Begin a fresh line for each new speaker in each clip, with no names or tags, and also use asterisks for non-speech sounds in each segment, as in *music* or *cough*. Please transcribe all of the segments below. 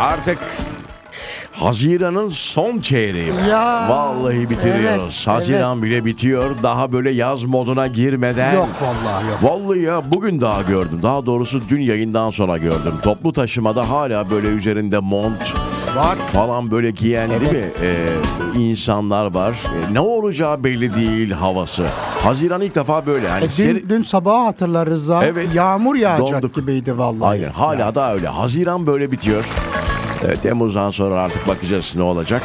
Artık Haziran'ın son çeyreği. var.
Ya.
Vallahi bitiriyoruz.
Evet,
Haziran bile bitiyor. Daha böyle yaz moduna girmeden.
Yok vallahi yok.
Vallahi ya bugün daha gördüm. Daha doğrusu dün yayından sonra gördüm. Toplu taşımada hala böyle üzerinde mont
Var.
falan böyle giyen değil mi
Evet.
Ee, insanlar var. Ee, ne olacağı belli değil havası. Haziran ilk defa böyle. Yani
E,
seri-
dün, dün sabaha hatırlar Rıza.
Evet.
Yağmur yağacak
Donduk.
gibiydi vallahi.
Aynen hala daha öyle. Haziran böyle bitiyor. Ee, Temmuz'dan sonra artık bakacağız ne olacak.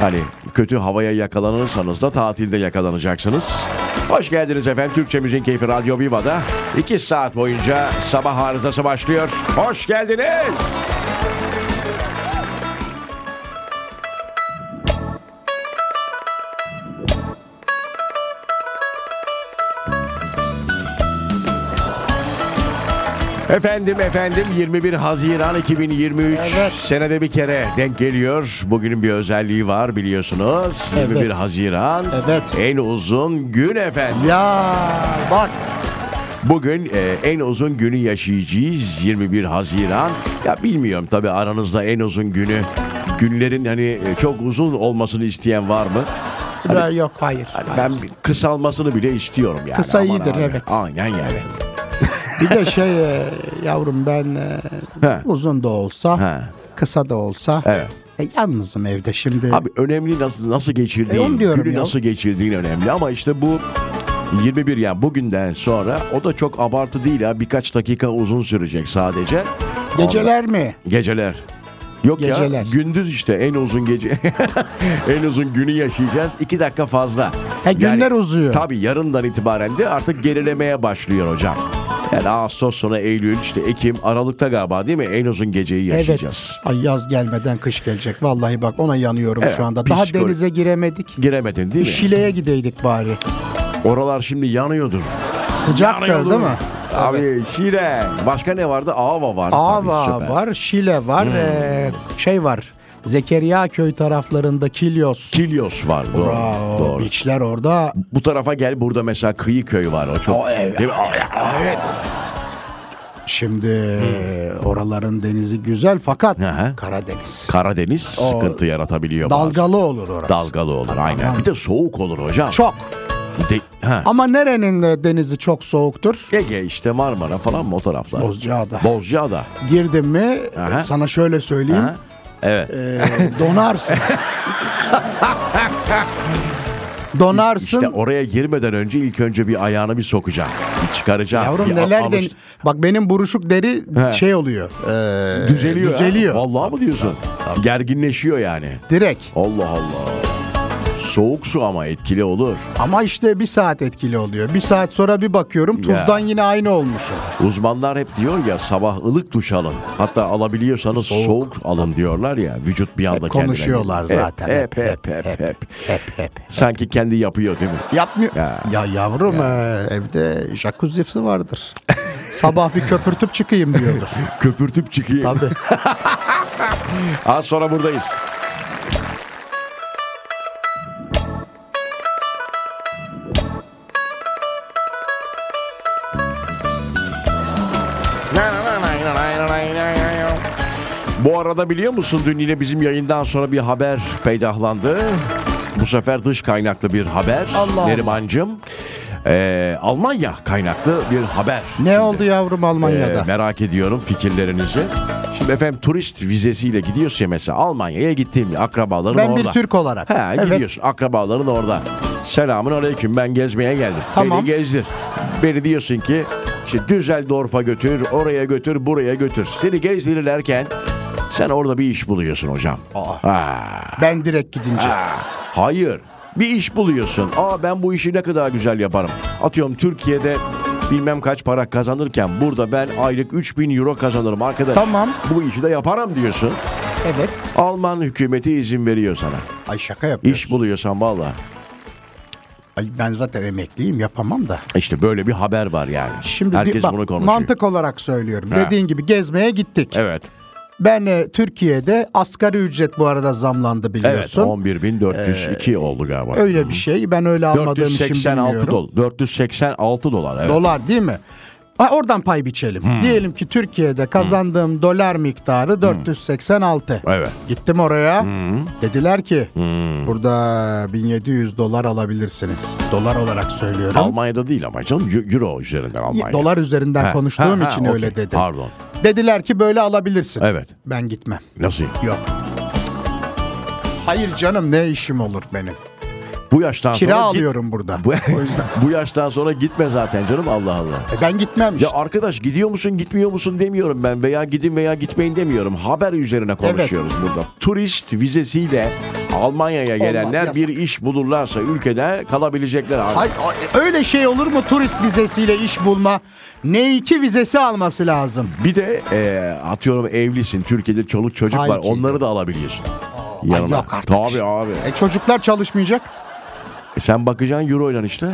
Hani kötü havaya yakalanırsanız da tatilde yakalanacaksınız. Hoş geldiniz efendim. Türkçe Müziğin Keyfi Radyo Viva'da 2 saat boyunca sabah arızası başlıyor. Hoş geldiniz. Efendim efendim 21 Haziran 2023
Evet.
senede bir kere denk geliyor. Bugünün bir özelliği var biliyorsunuz. 21
Evet.
Haziran
Evet.
en uzun gün efendim.
Ya bak
Bugün e, en uzun günü yaşayacağız 21 Haziran. Ya bilmiyorum tabii aranızda en uzun günü günlerin hani e, çok uzun olmasını isteyen var mı?
ben- yok hayır.
Hani ben bir kısalmasını bile istiyorum yani.
Kısa
Aman
iyidir,
abi.
evet.
Aynen yani.
Bir de şey e, yavrum ben e,
He.
uzun da olsa
He.
kısa da olsa
Evet.
e, yalnızım evde şimdi.
Abi önemli nasıl nasıl
E,
geçirdiğin,
onu diyorum
günü
ya.
nasıl geçirdiğin önemli ama işte bu 21 yani bugünden sonra o da çok abartı değil ha birkaç dakika uzun sürecek sadece.
Geceler mi?
Geceler. Yok ya
Geceler.
gündüz işte en uzun gece *laughs* en uzun günü yaşayacağız. iki dakika fazla.
He, günler uzuyor.
Tabii yarından itibaren de artık gerilemeye başlıyor hocam. Yani Ağustos sonra Eylül işte Ekim Aralık'ta galiba değil mi en uzun geceyi yaşayacağız.
Evet. Ay yaz gelmeden kış gelecek. Vallahi bak ona yanıyorum
Evet,
şu anda. Daha
psikolojik-
denize giremedik.
Giremedin değil mi?
Şile'ye gideydik bari.
Oralar şimdi yanıyordur.
Sıcak da
Yanıyordur.
değil mi?
Abi Şile. Başka ne vardı? Ava var. tabii,
Ava
süper. Hmm.
var, Şile var, ee, şey var. Zekeriya köy taraflarında Kilyos.
Kilyos var. Doğru.
Bravo.
doğru.
Beachler orada.
Bu tarafa gel burada mesela kıyı köy var. O çok.
O ev-
Değil mi? Aa, ya.
Şimdi oraların denizi güzel fakat
Hmm. Aha.
Karadeniz.
Karadeniz sıkıntı yaratabiliyor. bazen.
Dalgalı olur orası.
Dalgalı olur aynen. Bir de soğuk olur hocam.
Çok.
De- ha.
Ama nerenin de denizi çok soğuktur?
Ege işte Marmara falan mı o taraflar?
Bozcaada.
Bozcaada.
Girdin mi e,
Aha.
sana şöyle söyleyeyim.
Ha? Evet.
ee,
*laughs*
donarsın. donarsın.
İşte oraya girmeden önce ilk önce bir ayağını bir sokacağım. Bir çıkaracağım.
Yavrum
bir a-
neler
alış-
den- Bak benim buruşuk deri şey oluyor. ee,
E, Düzeliyor. ha.
Düzeliyor.
Vallahi mı diyorsun? Gerginleşiyor yani.
Direkt.
Allah Allah. Soğuk su ama etkili olur.
Ama işte bir saat etkili oluyor. Bir saat sonra bir bakıyorum tuzdan yine aynı olmuşum.
Uzmanlar hep diyor ya sabah ılık duş alın. Hatta alabiliyorsanız soğuk, alın diyorlar ya. Vücut bir anda kendine
E, konuşuyorlar
gelir.
zaten.
Hep hep hep hep. Sanki kendi yapıyor değil mi?
Yapmıyor.
Ya.
Ya, yavrum ee, evde jacuzzi vardır. *laughs* Sabah bir köpürtüp
*laughs*
çıkayım diyordur.
Köpürtüp çıkayım.
Tabii.
Az sonra buradayız. Bu arada biliyor musun dün yine bizim yayından sonra bir haber peydahlandı. Bu sefer dış kaynaklı bir haber.
Allah Allah.
Nerimancığım. Ee, Almanya kaynaklı bir haber.
Ne oldu yavrum
Ee, *laughs*
Almanya'da?
merak ediyorum fikirlerinizi. Şimdi efendim turist vizesiyle gidiyorsun ya mesela Almanya'ya gittiğim akrabaların
ben
orada.
bir Türk olarak.
He, gidiyorsun akrabaların orada. Selamun aleyküm ben gezmeye geldim.
Tamam.
Beni gezdir. Beni diyorsun ki işte Düsseldorf'a götür, oraya götür, buraya götür. Seni gezdirirlerken sen orada bir iş buluyorsun hocam. Ha.
Ben direkt gidince.
Hayır. Bir iş buluyorsun. Aa ben bu işi ne kadar güzel yaparım. Atıyorum Türkiye'de bilmem kaç para kazanırken burada ben aylık 3000 euro kazanırım arkadaş.
Tamam.
Bu işi de yaparım diyorsun.
Evet.
Alman hükümeti izin veriyor sana.
Ay şaka
İş
yapıyorsun.
buluyorsan valla.
Ay ben zaten emekliyim yapamam da.
İşte böyle bir haber var yani.
Şimdi
Herkes
di- bak,
bunu konuşuyor.
mantık olarak söylüyorum.
He.
Dediğin gibi gezmeye gittik.
Evet.
Ben e, Türkiye'de asgari ücret bu arada zamlandı
Evet.
biliyorsun.
11.402 oldu galiba.
Öyle bir şey. Ben öyle almadığım Ee, için
486
bilmiyorum.
dolar. 486 dolar. Evet.
Dolar değil mi? Ha, oradan pay biçelim. Diyelim ki Türkiye'de kazandığım dolar miktarı 486.
Evet.
Gittim oraya. Dediler ki burada 1700 dolar alabilirsiniz. Dolar olarak söylüyorum.
Almanya'da değil ama canım Eu- Euro üzerinden Almanya.
Dolar üzerinden
Ha,
konuştuğum
ha, ha,
için
okey.
öyle dedim.
Pardon.
Dediler ki böyle alabilirsin.
Evet.
Ben gitmem.
Nasıl?
Yok. Hayır canım ne işim olur benim.
Bu yaştan
Kira
sonra git-
alıyorum burada.
*laughs* Bu, *laughs* bu yaştan sonra gitme zaten canım Allah Allah.
E ben gitmem
Ya
işte.
arkadaş gidiyor musun gitmiyor musun demiyorum ben veya gidin veya gitmeyin demiyorum. Haber üzerine konuşuyoruz burada. Turist vizesiyle Almanya'ya gelenler
yasak.
bir iş bulurlarsa ülkede kalabilecekler abi.
Ay, ay, öyle şey olur mu turist vizesiyle iş bulma? N2 vizesi alması lazım.
Bir de e, atıyorum evlisin Türkiye'de çoluk çocuk
Ay
var
ki.
onları da alabiliyorsun.
Ay
Yanına.
yok artık.
Tabii abi.
E çocuklar çalışmayacak.
E, sen bakacaksın euro ile işte.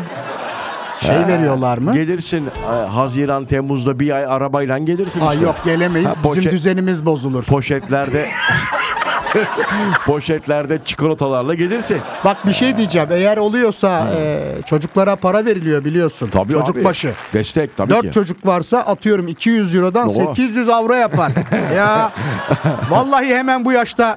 Şey veriyorlar mı?
Gelirsin e, Haziran Temmuz'da bir ay arabayla gelirsin.
Ay
işte.
yok gelemeyiz.
Ha,
Bizim
poşet-
düzenimiz bozulur. *laughs*
Poşetlerde poşetlerde çikolatalarla gelirsin.
Bak bir şey diyeceğim. Eğer oluyorsa e, çocuklara para veriliyor biliyorsun.
Tabii
Çocuk
abi.
başı.
Destek tabii ki.
4 çocuk varsa atıyorum 200 Euro'dan
Doğru.
800
*laughs*
avro yapar. ya vallahi hemen bu yaşta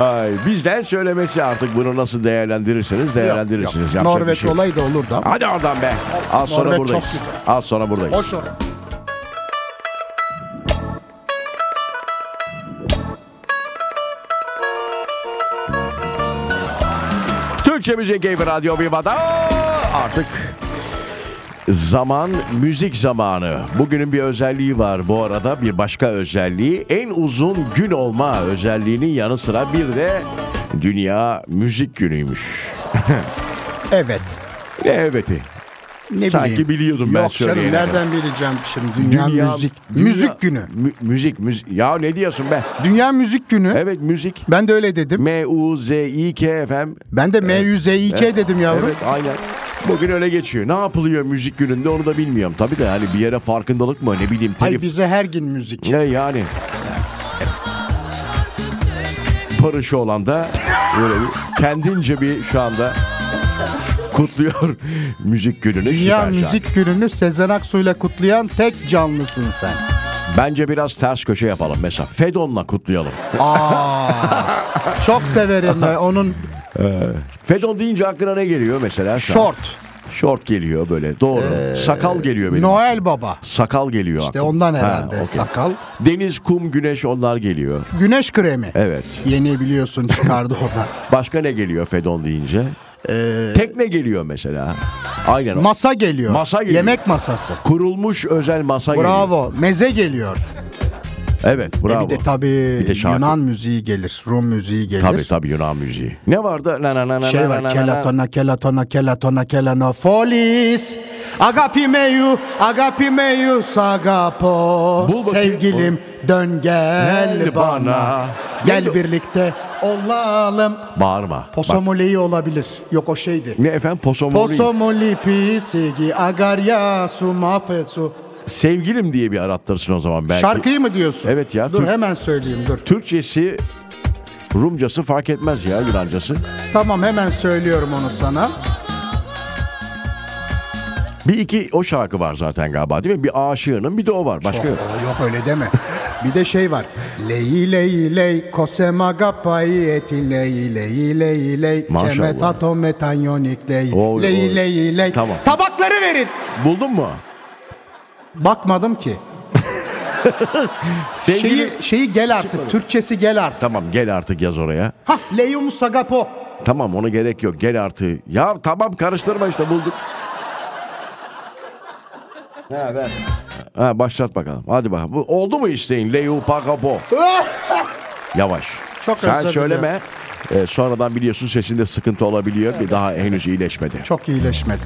Ay, bizden söylemesi artık bunu nasıl değerlendirirseniz değerlendirirsiniz.
Yok,
Yapacak
Norveç
bir şey yok.
olayı da olur da.
Hadi oradan be. Az sonra
Norveç çok
buradayız.
güzel.
Az sonra buradayız.
Boş orası.
Türkçe Müzik Keyfi Radyo Viva'da artık zaman müzik zamanı. Bugünün bir özelliği var bu arada bir başka özelliği en uzun gün olma özelliğinin yanı sıra bir de Dünya Müzik Günü'ymüş.
Evet.
Ne eveti.
Ne
Sanki
bileyim.
biliyordum ben
Yok canım
söyleyene kadar.
nereden bileceğim şimdi dünya, müzik müzik günü.
Mü- müzik müzik. Ya ne diyorsun be?
Dünya müzik günü.
Evet müzik.
Ben de öyle dedim.
M U Z I K efendim.
Ben de M100'E
Evet.
dedim yavrum.
Evet aynen. Bugün öyle geçiyor. Ne yapılıyor müzik gününde onu da bilmiyorum. Tabii de hani bir yere farkındalık mı ne bileyim
Ay
telif.
bize her gün müzik.
Ne yani? Parışı olan da böyle bir kendince bir şu anda kutluyor *laughs* müzik gününü.
Dünya
Süper şarkı.
müzik gününü Sezen Aksu'yla kutlayan tek canlısın sen.
Bence biraz ters köşe yapalım. Mesela Fedon'la kutlayalım.
*laughs* Çok severim ben onun
Fedon deyince aklına ne geliyor mesela? şu an?
short. Ee,
Şort geliyor böyle doğru. sakal geliyor benim.
Noel Baba.
Sakal geliyor.
İşte
aklıma.
ondan
Ha,
herhalde
okey.
sakal.
Deniz, kum, güneş onlar geliyor.
Güneş kremi.
Evet.
Yeni biliyorsun çıkardı o da.
Başka ne geliyor Fedon deyince?
Ee,
Tekne geliyor mesela. Aynen. o.
Masa geliyor.
Masa geliyor.
Yemek masası.
Kurulmuş özel masa geliyor.
Bravo. Meze geliyor.
Evet
E
bravo.
bir de tabii
Bir de şarkı.
Yunan müziği gelir. Rum müziği gelir.
Tabii tabii Yunan müziği. Ne vardı? Na, na, na, na,
Şey
na,
var.
na, na, na.
Kelatona kelatona kelatona kelano folis. Agapimeu agapimeu sagapo.
Bul bakayım.
Sevgilim dön gel,
Gel
bana.
bana.
Gel
Neydi o?
birlikte olalım.
Bağırma. Bak,
Posomoleyi olabilir. Yok o şeydi.
Ne efendim posomori.
Posomoli pisigi agarya su mafesu.
Sevgilim diye bir arattırsın o zaman belki.
Şarkıyı mı diyorsun?
Evet ya,
Dur
Türk-
hemen söyleyeyim dur.
Türkçesi Rumcası fark etmez ya Yunancası.
Tamam hemen söylüyorum onu sana.
Bir iki o şarkı var zaten galiba değil mi? Bir aşığının bir de o var. Başka yok.
Oo, Oh, yok öyle deme. Bir de şey var. Ley ley ley kosema gapai eti ley ley ley ley
Maşallah.
kemetato metanyonik ley
Oy, oy.
ley ley ley.
Tamam.
Tabakları verin.
Buldun mu?
Bakmadım ki.
Sevgili...
Şeyi, şeyi gel artık. Türkçesi gel artık.
Tamam gel artık yaz oraya.
Hah leyum sagapo.
Tamam ona gerek yok. Gel artık. Ya tamam karıştırma işte bulduk. Ha, ver. ha başlat bakalım. Hadi bakalım. Bu, oldu mu isteğin? Leu *laughs* Pagapo. Yavaş.
Çok
Sen
özür
söyleme. Ee, sonradan biliyorsun sesinde sıkıntı olabiliyor. Bir daha henüz iyileşmedi.
Çok iyileşmedi.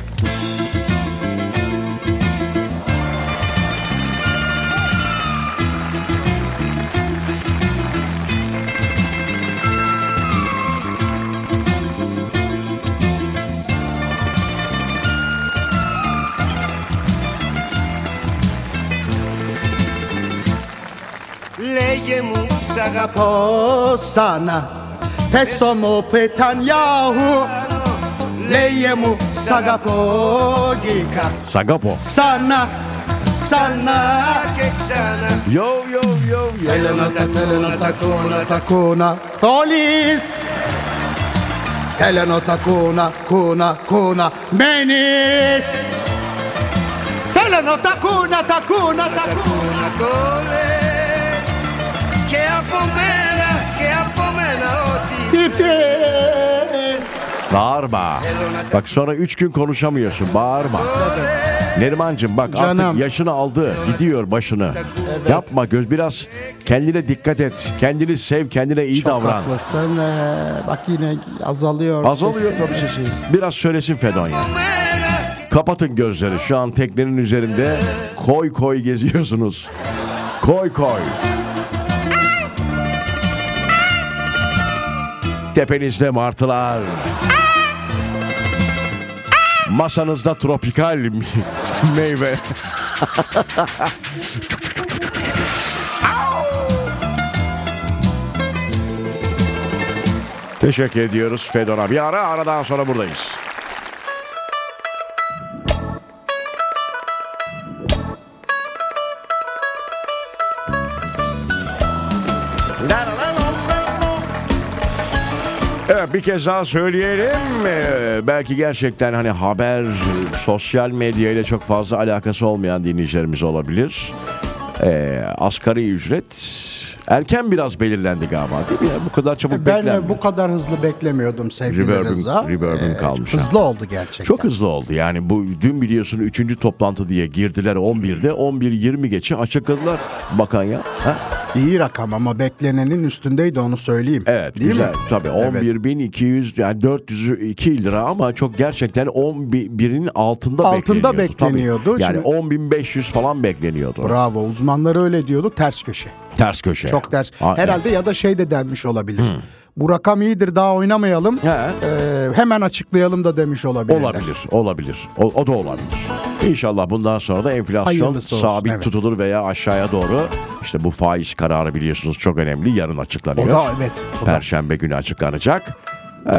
Λέγε μου σ' αγαπώ
Sana Pesto mu petan yahu Leyemu sagapogika
Sagapo.
Sana Sana
Yo yo yo yo.
Selena takuna takuna takuna Polis Selena takuna kuna kuna Menis Selena takuna takuna takuna
Ακόλες και από μένα και από μένα ό,τι
Tipsiz
Bağırma. Bak sonra üç gün konuşamıyorsun. Bağırma. Nerimancığım bak
Canım.
artık yaşını aldı. Gidiyor başını. Yapma göz biraz kendine dikkat et. Kendini sev, kendine iyi davran.
Haklısın ee, bak yine azalıyor
Az
ses.
oluyor tabii şey, sesi. Biraz söylesin Fedonya.
μένα
Kapatın gözleri. Şu an teknenin üzerinde koy koy geziyorsunuz. Koy koy. Tepenizde martılar. Masanızda tropikal *laughs* meyve. Teşekkür ediyoruz Fedora. Bir ara aradan sonra buradayız. Evet bir kez daha söyleyelim. Ee, belki gerçekten hani haber, sosyal medya ile çok fazla alakası olmayan dinleyicilerimiz olabilir. Ee, asgari ücret erken biraz belirlendi galiba değil mi? Bu kadar çabuk
Ben
beklenmiyor.
de bu kadar hızlı beklemiyordum sevgili
Reverb'üm-
Rıza.
reverb'üm
Ee,
kalmış
Hızlı oldu gerçekten.
Çok hızlı oldu yani bu dün biliyorsun 3. toplantı diye girdiler 11'de 11.20 geçe açıkladılar bakan ya. Ha?
İyi rakam ama beklenenin üstündeydi onu söyleyeyim.
Evet
Değil
güzel
mi?
tabii
Evet.
11.200 yani 402 lira ama çok gerçekten 11'in altında,
Altında
bekleniyordu.
bekleniyordu.
Tabii. Yani
Şimdi-
10.500 falan bekleniyordu.
Bravo uzmanlar öyle diyordu ters köşe.
ters köşe.
Çok ters.
Ha,
Herhalde ya da şey de denmiş olabilir.
Hmm.
Bu rakam iyidir daha oynamayalım.
He.
Ee, hemen açıklayalım da demiş olabilir.
Olabilir, olabilir. O, o da olabilir. İnşallah bundan sonra da enflasyon
Hayırlısı olsun,
sabit
evet.
tutulur veya aşağıya doğru. İşte bu faiz kararı biliyorsunuz çok önemli. Yarın açıklanıyor.
O da evet. O da.
Perşembe günü açıklanacak. Ee,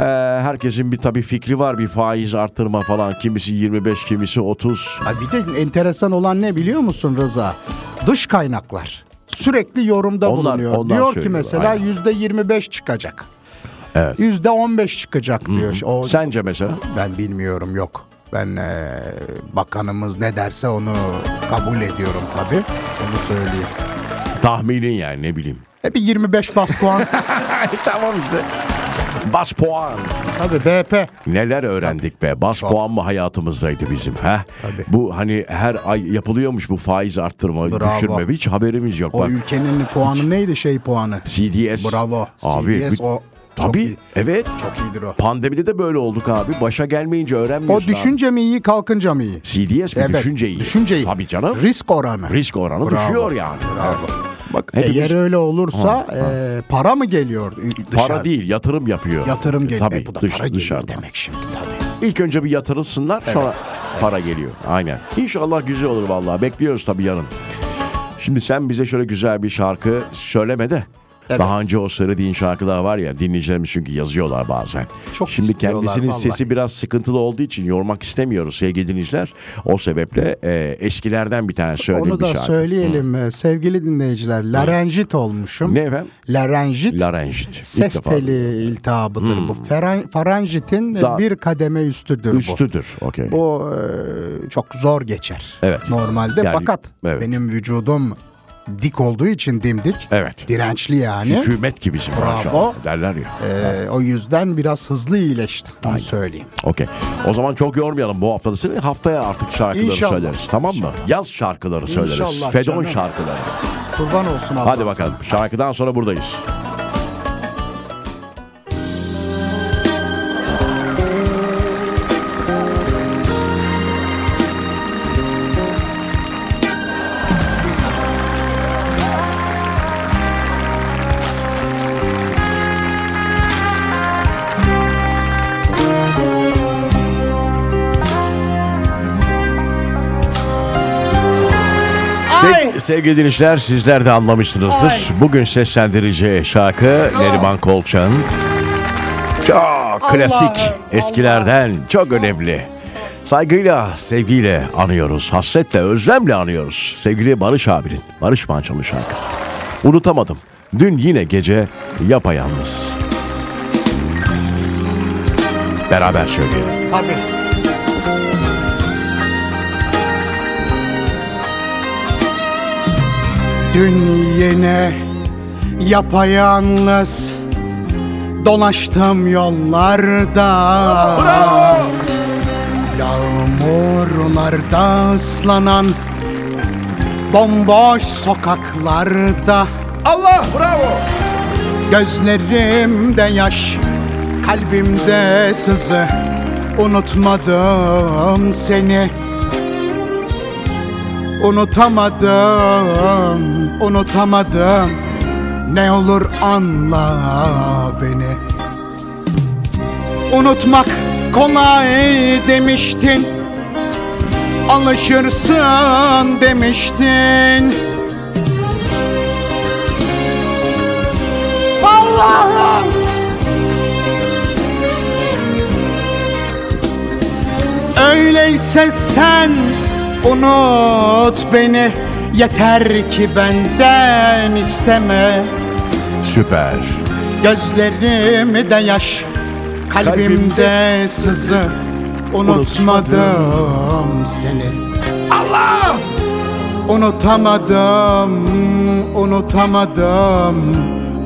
herkesin bir tabii fikri var bir faiz artırma falan. Kimisi 25, kimisi 30.
Ay bir de enteresan olan ne biliyor musun Rıza? Dış kaynaklar. Sürekli yorumda
Onlar-
bulunuyor.
onlar
diyor ki
söylüyor,
mesela
aynen.
yüzde %25 çıkacak.
Evet.
Yüzde %15 çıkacak diyor. O,
Sence mesela?
Ben bilmiyorum yok. Ben eee, bakanımız ne derse onu kabul ediyorum tabii. Onu söyleyeyim.
Tahminin yani ne
*laughs*
bileyim.
E bir 25 bas
*laughs*
puan.
tamam işte. Bas puan.
tabii BP.
Neler öğrendik be. Bas puan mı hayatımızdaydı bizim ha?
Tabii.
Bu hani her ay yapılıyormuş bu faiz arttırma,
Bravo.
düşürme. Hiç haberimiz yok.
O
Bak
ülkenin puanı neydi şey puanı?
CDS.
Bravo.
Abi,
CDS
bir-
o çok
Tabii
iyi.
evet.
Çok iyidir o.
Pandemide de böyle olduk abi. Başa gelmeyince
O
öğrenmiyorsun. abi.
düşünce mi iyi kalkınca mı iyi?
CDS mi?
Evet,
düşünce iyi.
düşünce iyi.
Tabii canım.
Risk oranı.
Risk oranı
Bravo.
düşüyor yani. Evet. Bak hepimiz
Eğer öyle olursa eee, para mı geliyor ü- dışarı?
para değil yatırım yapıyor.
Yatırım geliyor.
Tabii
E, bu da
dış-
para geliyor
dışarıdan.
demek şimdi tabii.
İlk önce bir yatırılsınlar sonra para geliyor. Aynen. İnşallah güzel olur vallahi. Bekliyoruz tabii yarın. Şimdi sen bize şöyle güzel bir şarkı söyleme de.
Evet.
Daha önce o söylediğin şarkılar var ya dinleyicilerimiz çünkü yazıyorlar bazen.
Çok
Şimdi
istiyorlar
kendisinin
vallahi.
sesi biraz sıkıntılı olduğu için yormak istemiyoruz sevgili dinleyiciler. O sebeple e, eskilerden bir tane söylediğim
Onu
bir şey
da
şarkı.
söyleyelim e, sevgili dinleyiciler. Larenjit olmuşum.
Ne efendim?
Larenjit
Larenjit. İlk
ses
defa.
teli iltihabıdır bu. Feran- faranjitin e,
Daha-
bir kademe üstüdür bu.
Üstüdür. Okey.
Bu e, çok zor geçer.
Evet.
Normalde
Yani-
fakat
Evet.
benim vücudum dik olduğu için dimdik.
Evet.
Dirençli yani.
Hükümet gibisin
Bravo.
maşallah derler ya.
E, o yüzden biraz hızlı iyileştim. Onu söyleyeyim.
Okey. O zaman çok yormayalım bu haftada seni. Haftaya artık şarkıları
İnşallah.
söyleriz. Tamam mı? Yaz şarkıları söyleriz.
İnşallah
Fedon
canım.
şarkıları.
Kurban olsun Allah.
Hadi bakalım. Şarkıdan sonra buradayız. Sev- sevgili dinleyiciler sizler de anlamışsınızdır. Bugün seslendirici şarkı Neriman Kolçak'ın çok klasik eskilerden çok önemli. Saygıyla, sevgiyle anıyoruz. Hasretle, özlemle anıyoruz. Sevgili Barış abinin, Barış Manço'nun şarkısı. Unutamadım. Dün yine gece yapayalnız. Beraber söyleyelim.
Tabii.
Dün yine yapayalnız dolaştım yollarda Yağmurlarda ıslanan bomboş sokaklarda
Allah bravo.
Gözlerimde yaş, kalbimde sızı Unutmadım seni Unutamadım, unutamadım Ne olur anla beni Unutmak kolay demiştin Alışırsın demiştin Allah'ım! Öyleyse sen unut beni Yeter ki benden isteme
Süper.
Gözlerimde yaş Kalbimde
Kalbimde
sızı Unutmadım seni Allah! Unutamadım, unutamadım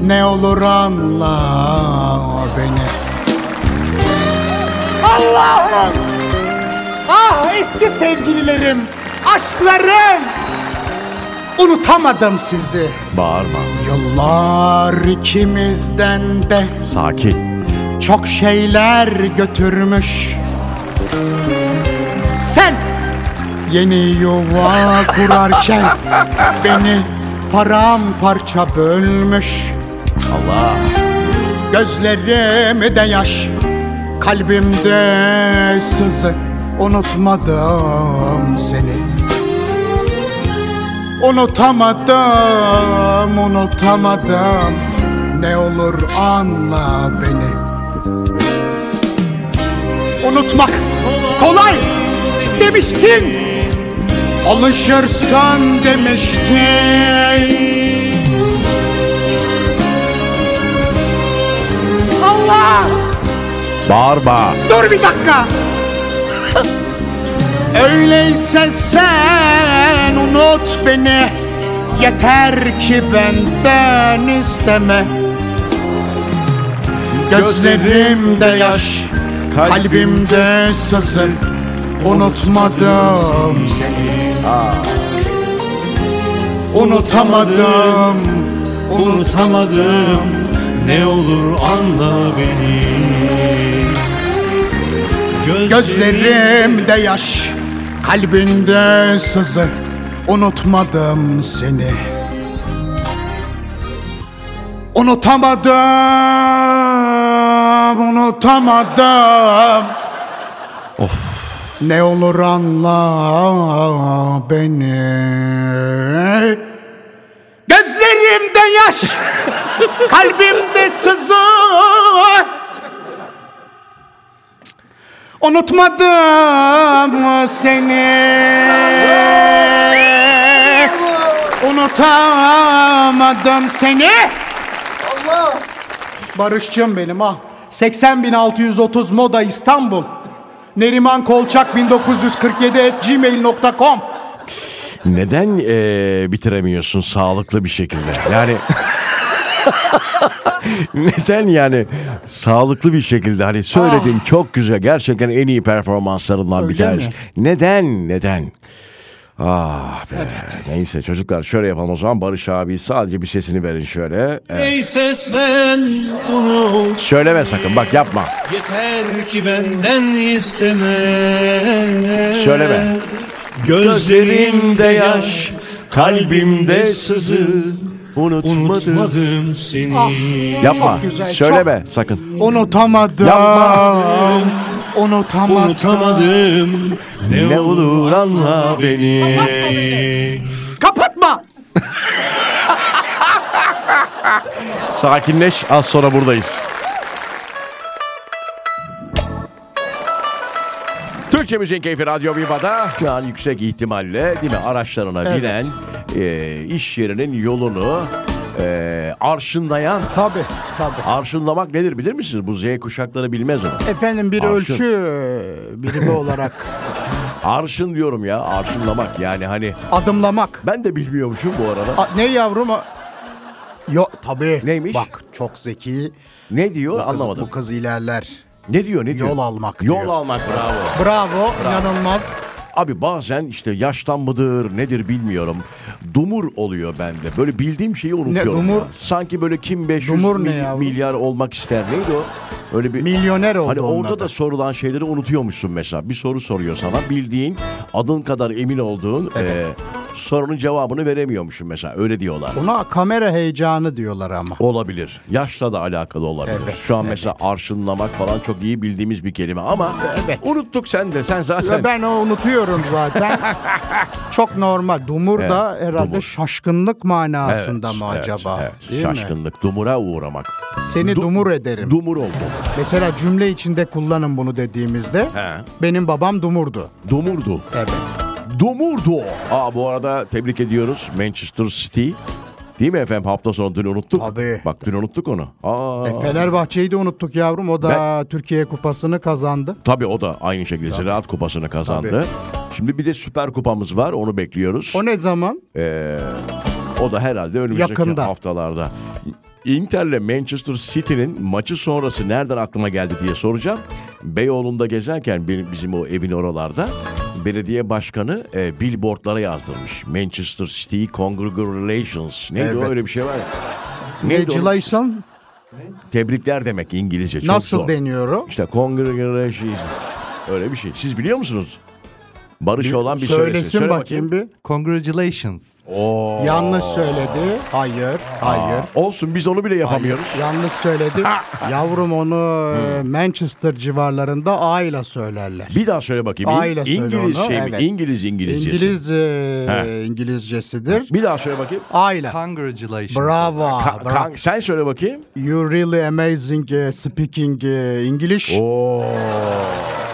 Ne olur anla beni Allah'ım! Ah eski sevgililerim, aşklarım Unutamadım sizi
Bağırma.
Yıllar ikimizden de
Sakin.
çok şeyler götürmüş Sen yeni yuva kurarken beni paramparça bölmüş
Allah.
Gözlerimde yaş, kalbimde sızı Unutmadım seni Unutamadım, unutamadım Ne olur anla beni Unutmak kolay demiştin Alışırsan demiştin Allah!
Bağırma.
Dur bir dakika. *laughs* Öyleyse sen unut beni. Yeter ki benden isteme. Gözlerimde yaş, kalbimde sızı. Unutmadım seni. Unutamadım,
unutamadım Ne olur anla beni
Gözlerimde yaş, kalbinde sızı Unutmadım seni Unutamadım, unutamadım Of Ne olur anla beni Gözlerimde yaş, kalbimde sızı Unutmadım seni Unutamadım seni Allah Barışçım benim ah 80630 Moda İstanbul Neriman Kolçak 1947 at gmail.com
Neden eee, bitiremiyorsun sağlıklı bir şekilde? Yani *laughs* neden yani sağlıklı bir şekilde hani söyledin çok güzel gerçekten en iyi performanslarından bir
Ah. Öyle
tanesi.
mi?
Neden neden? Ah be neyse çocuklar şöyle yapalım o zaman Barış abi sadece bir sesini verin şöyle. Evet.
Ey seslen unut
Söyleme sakın bak yapma
Yeter ki benden isteme
söyleme.
Gözlerimde yaş Kalbimde sızı
Unutmadım.
Unutmadım seni
Yapma
Çok güzel, çok-
söyleme sakın.
Unutamadım
Yapma.
Unutamadım
Unutamadım Ne,
Ne olur
olur anla beni
Kapatma
Sakinleş az sonra buradayız. Türkçemizin keyfi Radyo Viva'da şu an yüksek ihtimalle değil mi araçlarına
Evet.
binen e, iş yerinin yolunu e, arşınlayan
Tabii tabii.
arşınlamak nedir bilir misiniz? Bu Z kuşakları bilmez onu.
Efendim bir
Arşın.
ölçü e, birimi olarak *laughs*
Arşın diyorum ya arşınlamak yani hani
adımlamak.
ben de bilmiyormuşum bu arada.
A- ne yavrum? o? Yo tabii.
Neymiş?
Bak çok zeki.
Ne diyor
Bu kız-
anlamadım.
Bu kız ilerler.
ne diyor ne diyor?
Yol almak
Yol
diyor.
almak bravo.
Bravo, inanılmaz.
Abi bazen işte yaştan mıdır nedir bilmiyorum. Dumur oluyor bende. Böyle bildiğim şeyi unutuyorum.
dumur?
ya. Sanki böyle kim 500
Dumur ne
mil-
yavrum?
milyar olmak ister neydi o? Öyle bir
Milyoner oldu
Hani
onun
orada
adı.
da sorulan şeyleri unutuyormuşsun mesela. Bir soru soruyor sana. Bildiğin adın kadar emin olduğun eee, sorunun cevabını veremiyormuşsun mesela. Öyle diyorlar.
Buna kamera heyecanı diyorlar ama.
Olabilir. Yaşla da alakalı olabilir.
Evet,
Şu an mesela arşınlamak falan çok iyi bildiğimiz bir kelime ama unuttuk sen de. Sen zaten
Ve ben o unutuyorum zaten.
*laughs*
Çok normal. Dumur
Evet,
da herhalde
dumur.
şaşkınlık
Evet,
manasında mı
evet,
acaba?
evet.
Değil mi?
Şaşkınlık, dumura uğramak.
Seni
Du-
dumur ederim.
Dumur oldu.
Mesela cümle içinde kullanın bunu dediğimizde.
He.
Benim babam dumurdu.
Dumurdu.
Evet.
Dumurdu. Aa bu arada tebrik ediyoruz Manchester City. Değil mi efendim? Hafta sonu dün unuttuk.
Tabii.
Bak dün unuttuk onu. Aa.
E, Fenerbahçe'yi de unuttuk yavrum. O da Türkiye Kupası'nı kazandı.
Tabii o da aynı şekilde Ziraat Kupası'nı kazandı. Şimdi bir de Süper Kupamız var. Onu bekliyoruz.
O ne zaman?
O da herhalde önümüzdeki
Yakında.
haftalarda. Inter'le Manchester City'nin maçı sonrası nereden aklıma geldi diye soracağım. Beyoğlu'nda gezerken benim, bizim o evin oralarda belediye başkanı e, billboardlara yazdırmış. Manchester City Congratulations. Neydi o
Evet.
öyle bir şey var ya. Neydi o?
Congratulations
Tebrikler demek İngilizce. Çok
nasıl
zor.
deniyor o?
İşte Congratulations. Öyle bir şey. Siz biliyor musunuz? Barış olan bir söylesin.
Söylesin
Söyle
bakayım bir.
Congratulations.
Yanlış söyledi. Hayır, hayır.
Olsun biz onu bile yapamıyoruz.
Yanlış söyledi. Yavrum onu e,
Hmm.
Manchester civarlarında A ile söylerler.
Bir daha söyle bakayım. İng-
Aile söyle
İngiliz
onu,
şey mi?
evet.
İngiliz İngilizcesi.
İngiliz e,
He.
İngilizcesidir.
Bir daha söyle bakayım.
A ile.
Congratulations.
Bravo.
Ka-
bravo.
Kank, sen söyle bakayım.
You really amazing e, speaking e, English.
Oo.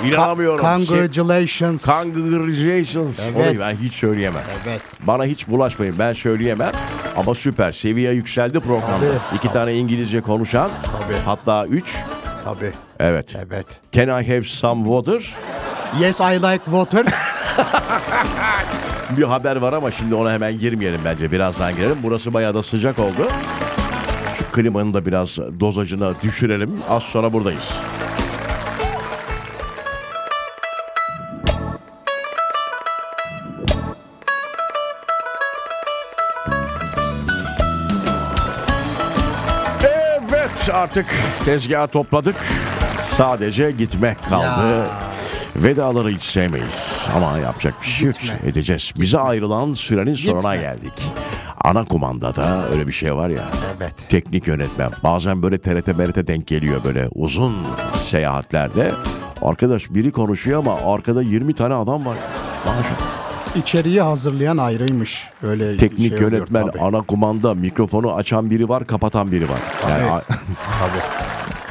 İnanamıyorum. Se-
Congratulations.
Congratulations.
Evet.
Orayı ben hiç söyleyemem.
evet.
Bana hiç bulaşmayın. Ben söyleyemem. Ama süper. Seviye yükseldi programda.
Tabii.
İki tane İngilizce konuşan.
Tabii.
Hatta üç.
Tabii.
Evet.
Evet.
Can I have some water?
Yes I like water.
*laughs* Bir haber var ama şimdi ona hemen girmeyelim bence. Birazdan girelim. Burası bayağı da sıcak oldu. Şu klimanın da biraz dozajına düşürelim. Az sonra buradayız. Evet artık tezgahı topladık. Sadece gitmek kaldı. Vedaları hiç sevmeyiz ama yapacak bir şey yok. işte. Edeceğiz. Bize ayrılan sürenin sonuna geldik. Ana kumandada öyle bir şey var ya.
Evet.
Teknik yönetmen. Bazen böyle TRT MRT denk geliyor böyle uzun seyahatlerde. Arkadaş biri konuşuyor ama arkada 20 tane adam var. Maşallah.
İçeriği hazırlayan ayrıymış. Öyle
Teknik
şey oluyor,
yönetmen,
tabii.
ana kumanda, mikrofonu açan biri var, kapatan biri var. Yani
Tabii.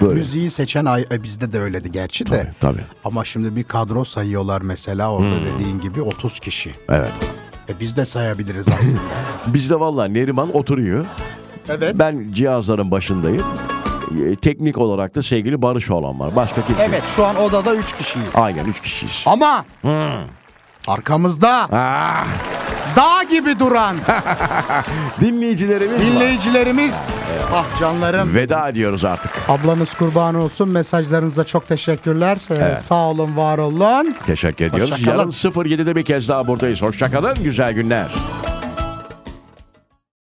böyle.
Müziği seçen ay- e, bizde de öyleydi gerçi de.
Tabii, *laughs* tabii.
Ama şimdi bir kadro sayıyorlar mesela orada dediğin gibi 30 kişi.
Evet.
E biz de
*laughs*
sayabiliriz aslında.
Bizde vallahi Neriman oturuyor.
evet.
Ben cihazların başındayım. E, Teknik olarak da sevgili Barış olan var. Başka kimse
Evet
yok.
şu an odada 3 kişiyiz.
Aynen üç kişiyiz.
Ama
Hmm.
arkamızda
Ah,
dağ
*laughs*
gibi duran
dinleyicilerimiz var.
dinleyicilerimiz. Ah canlarım.
Veda ediyoruz artık.
Ablanız kurban olsun. Mesajlarınıza çok teşekkürler. Ee, Sağ olun, var olun.
Teşekkür ediyoruz.
Hoşça kalın.
Yarın 07'de bir kez daha buradayız. Hoşçakalın. Güzel günler.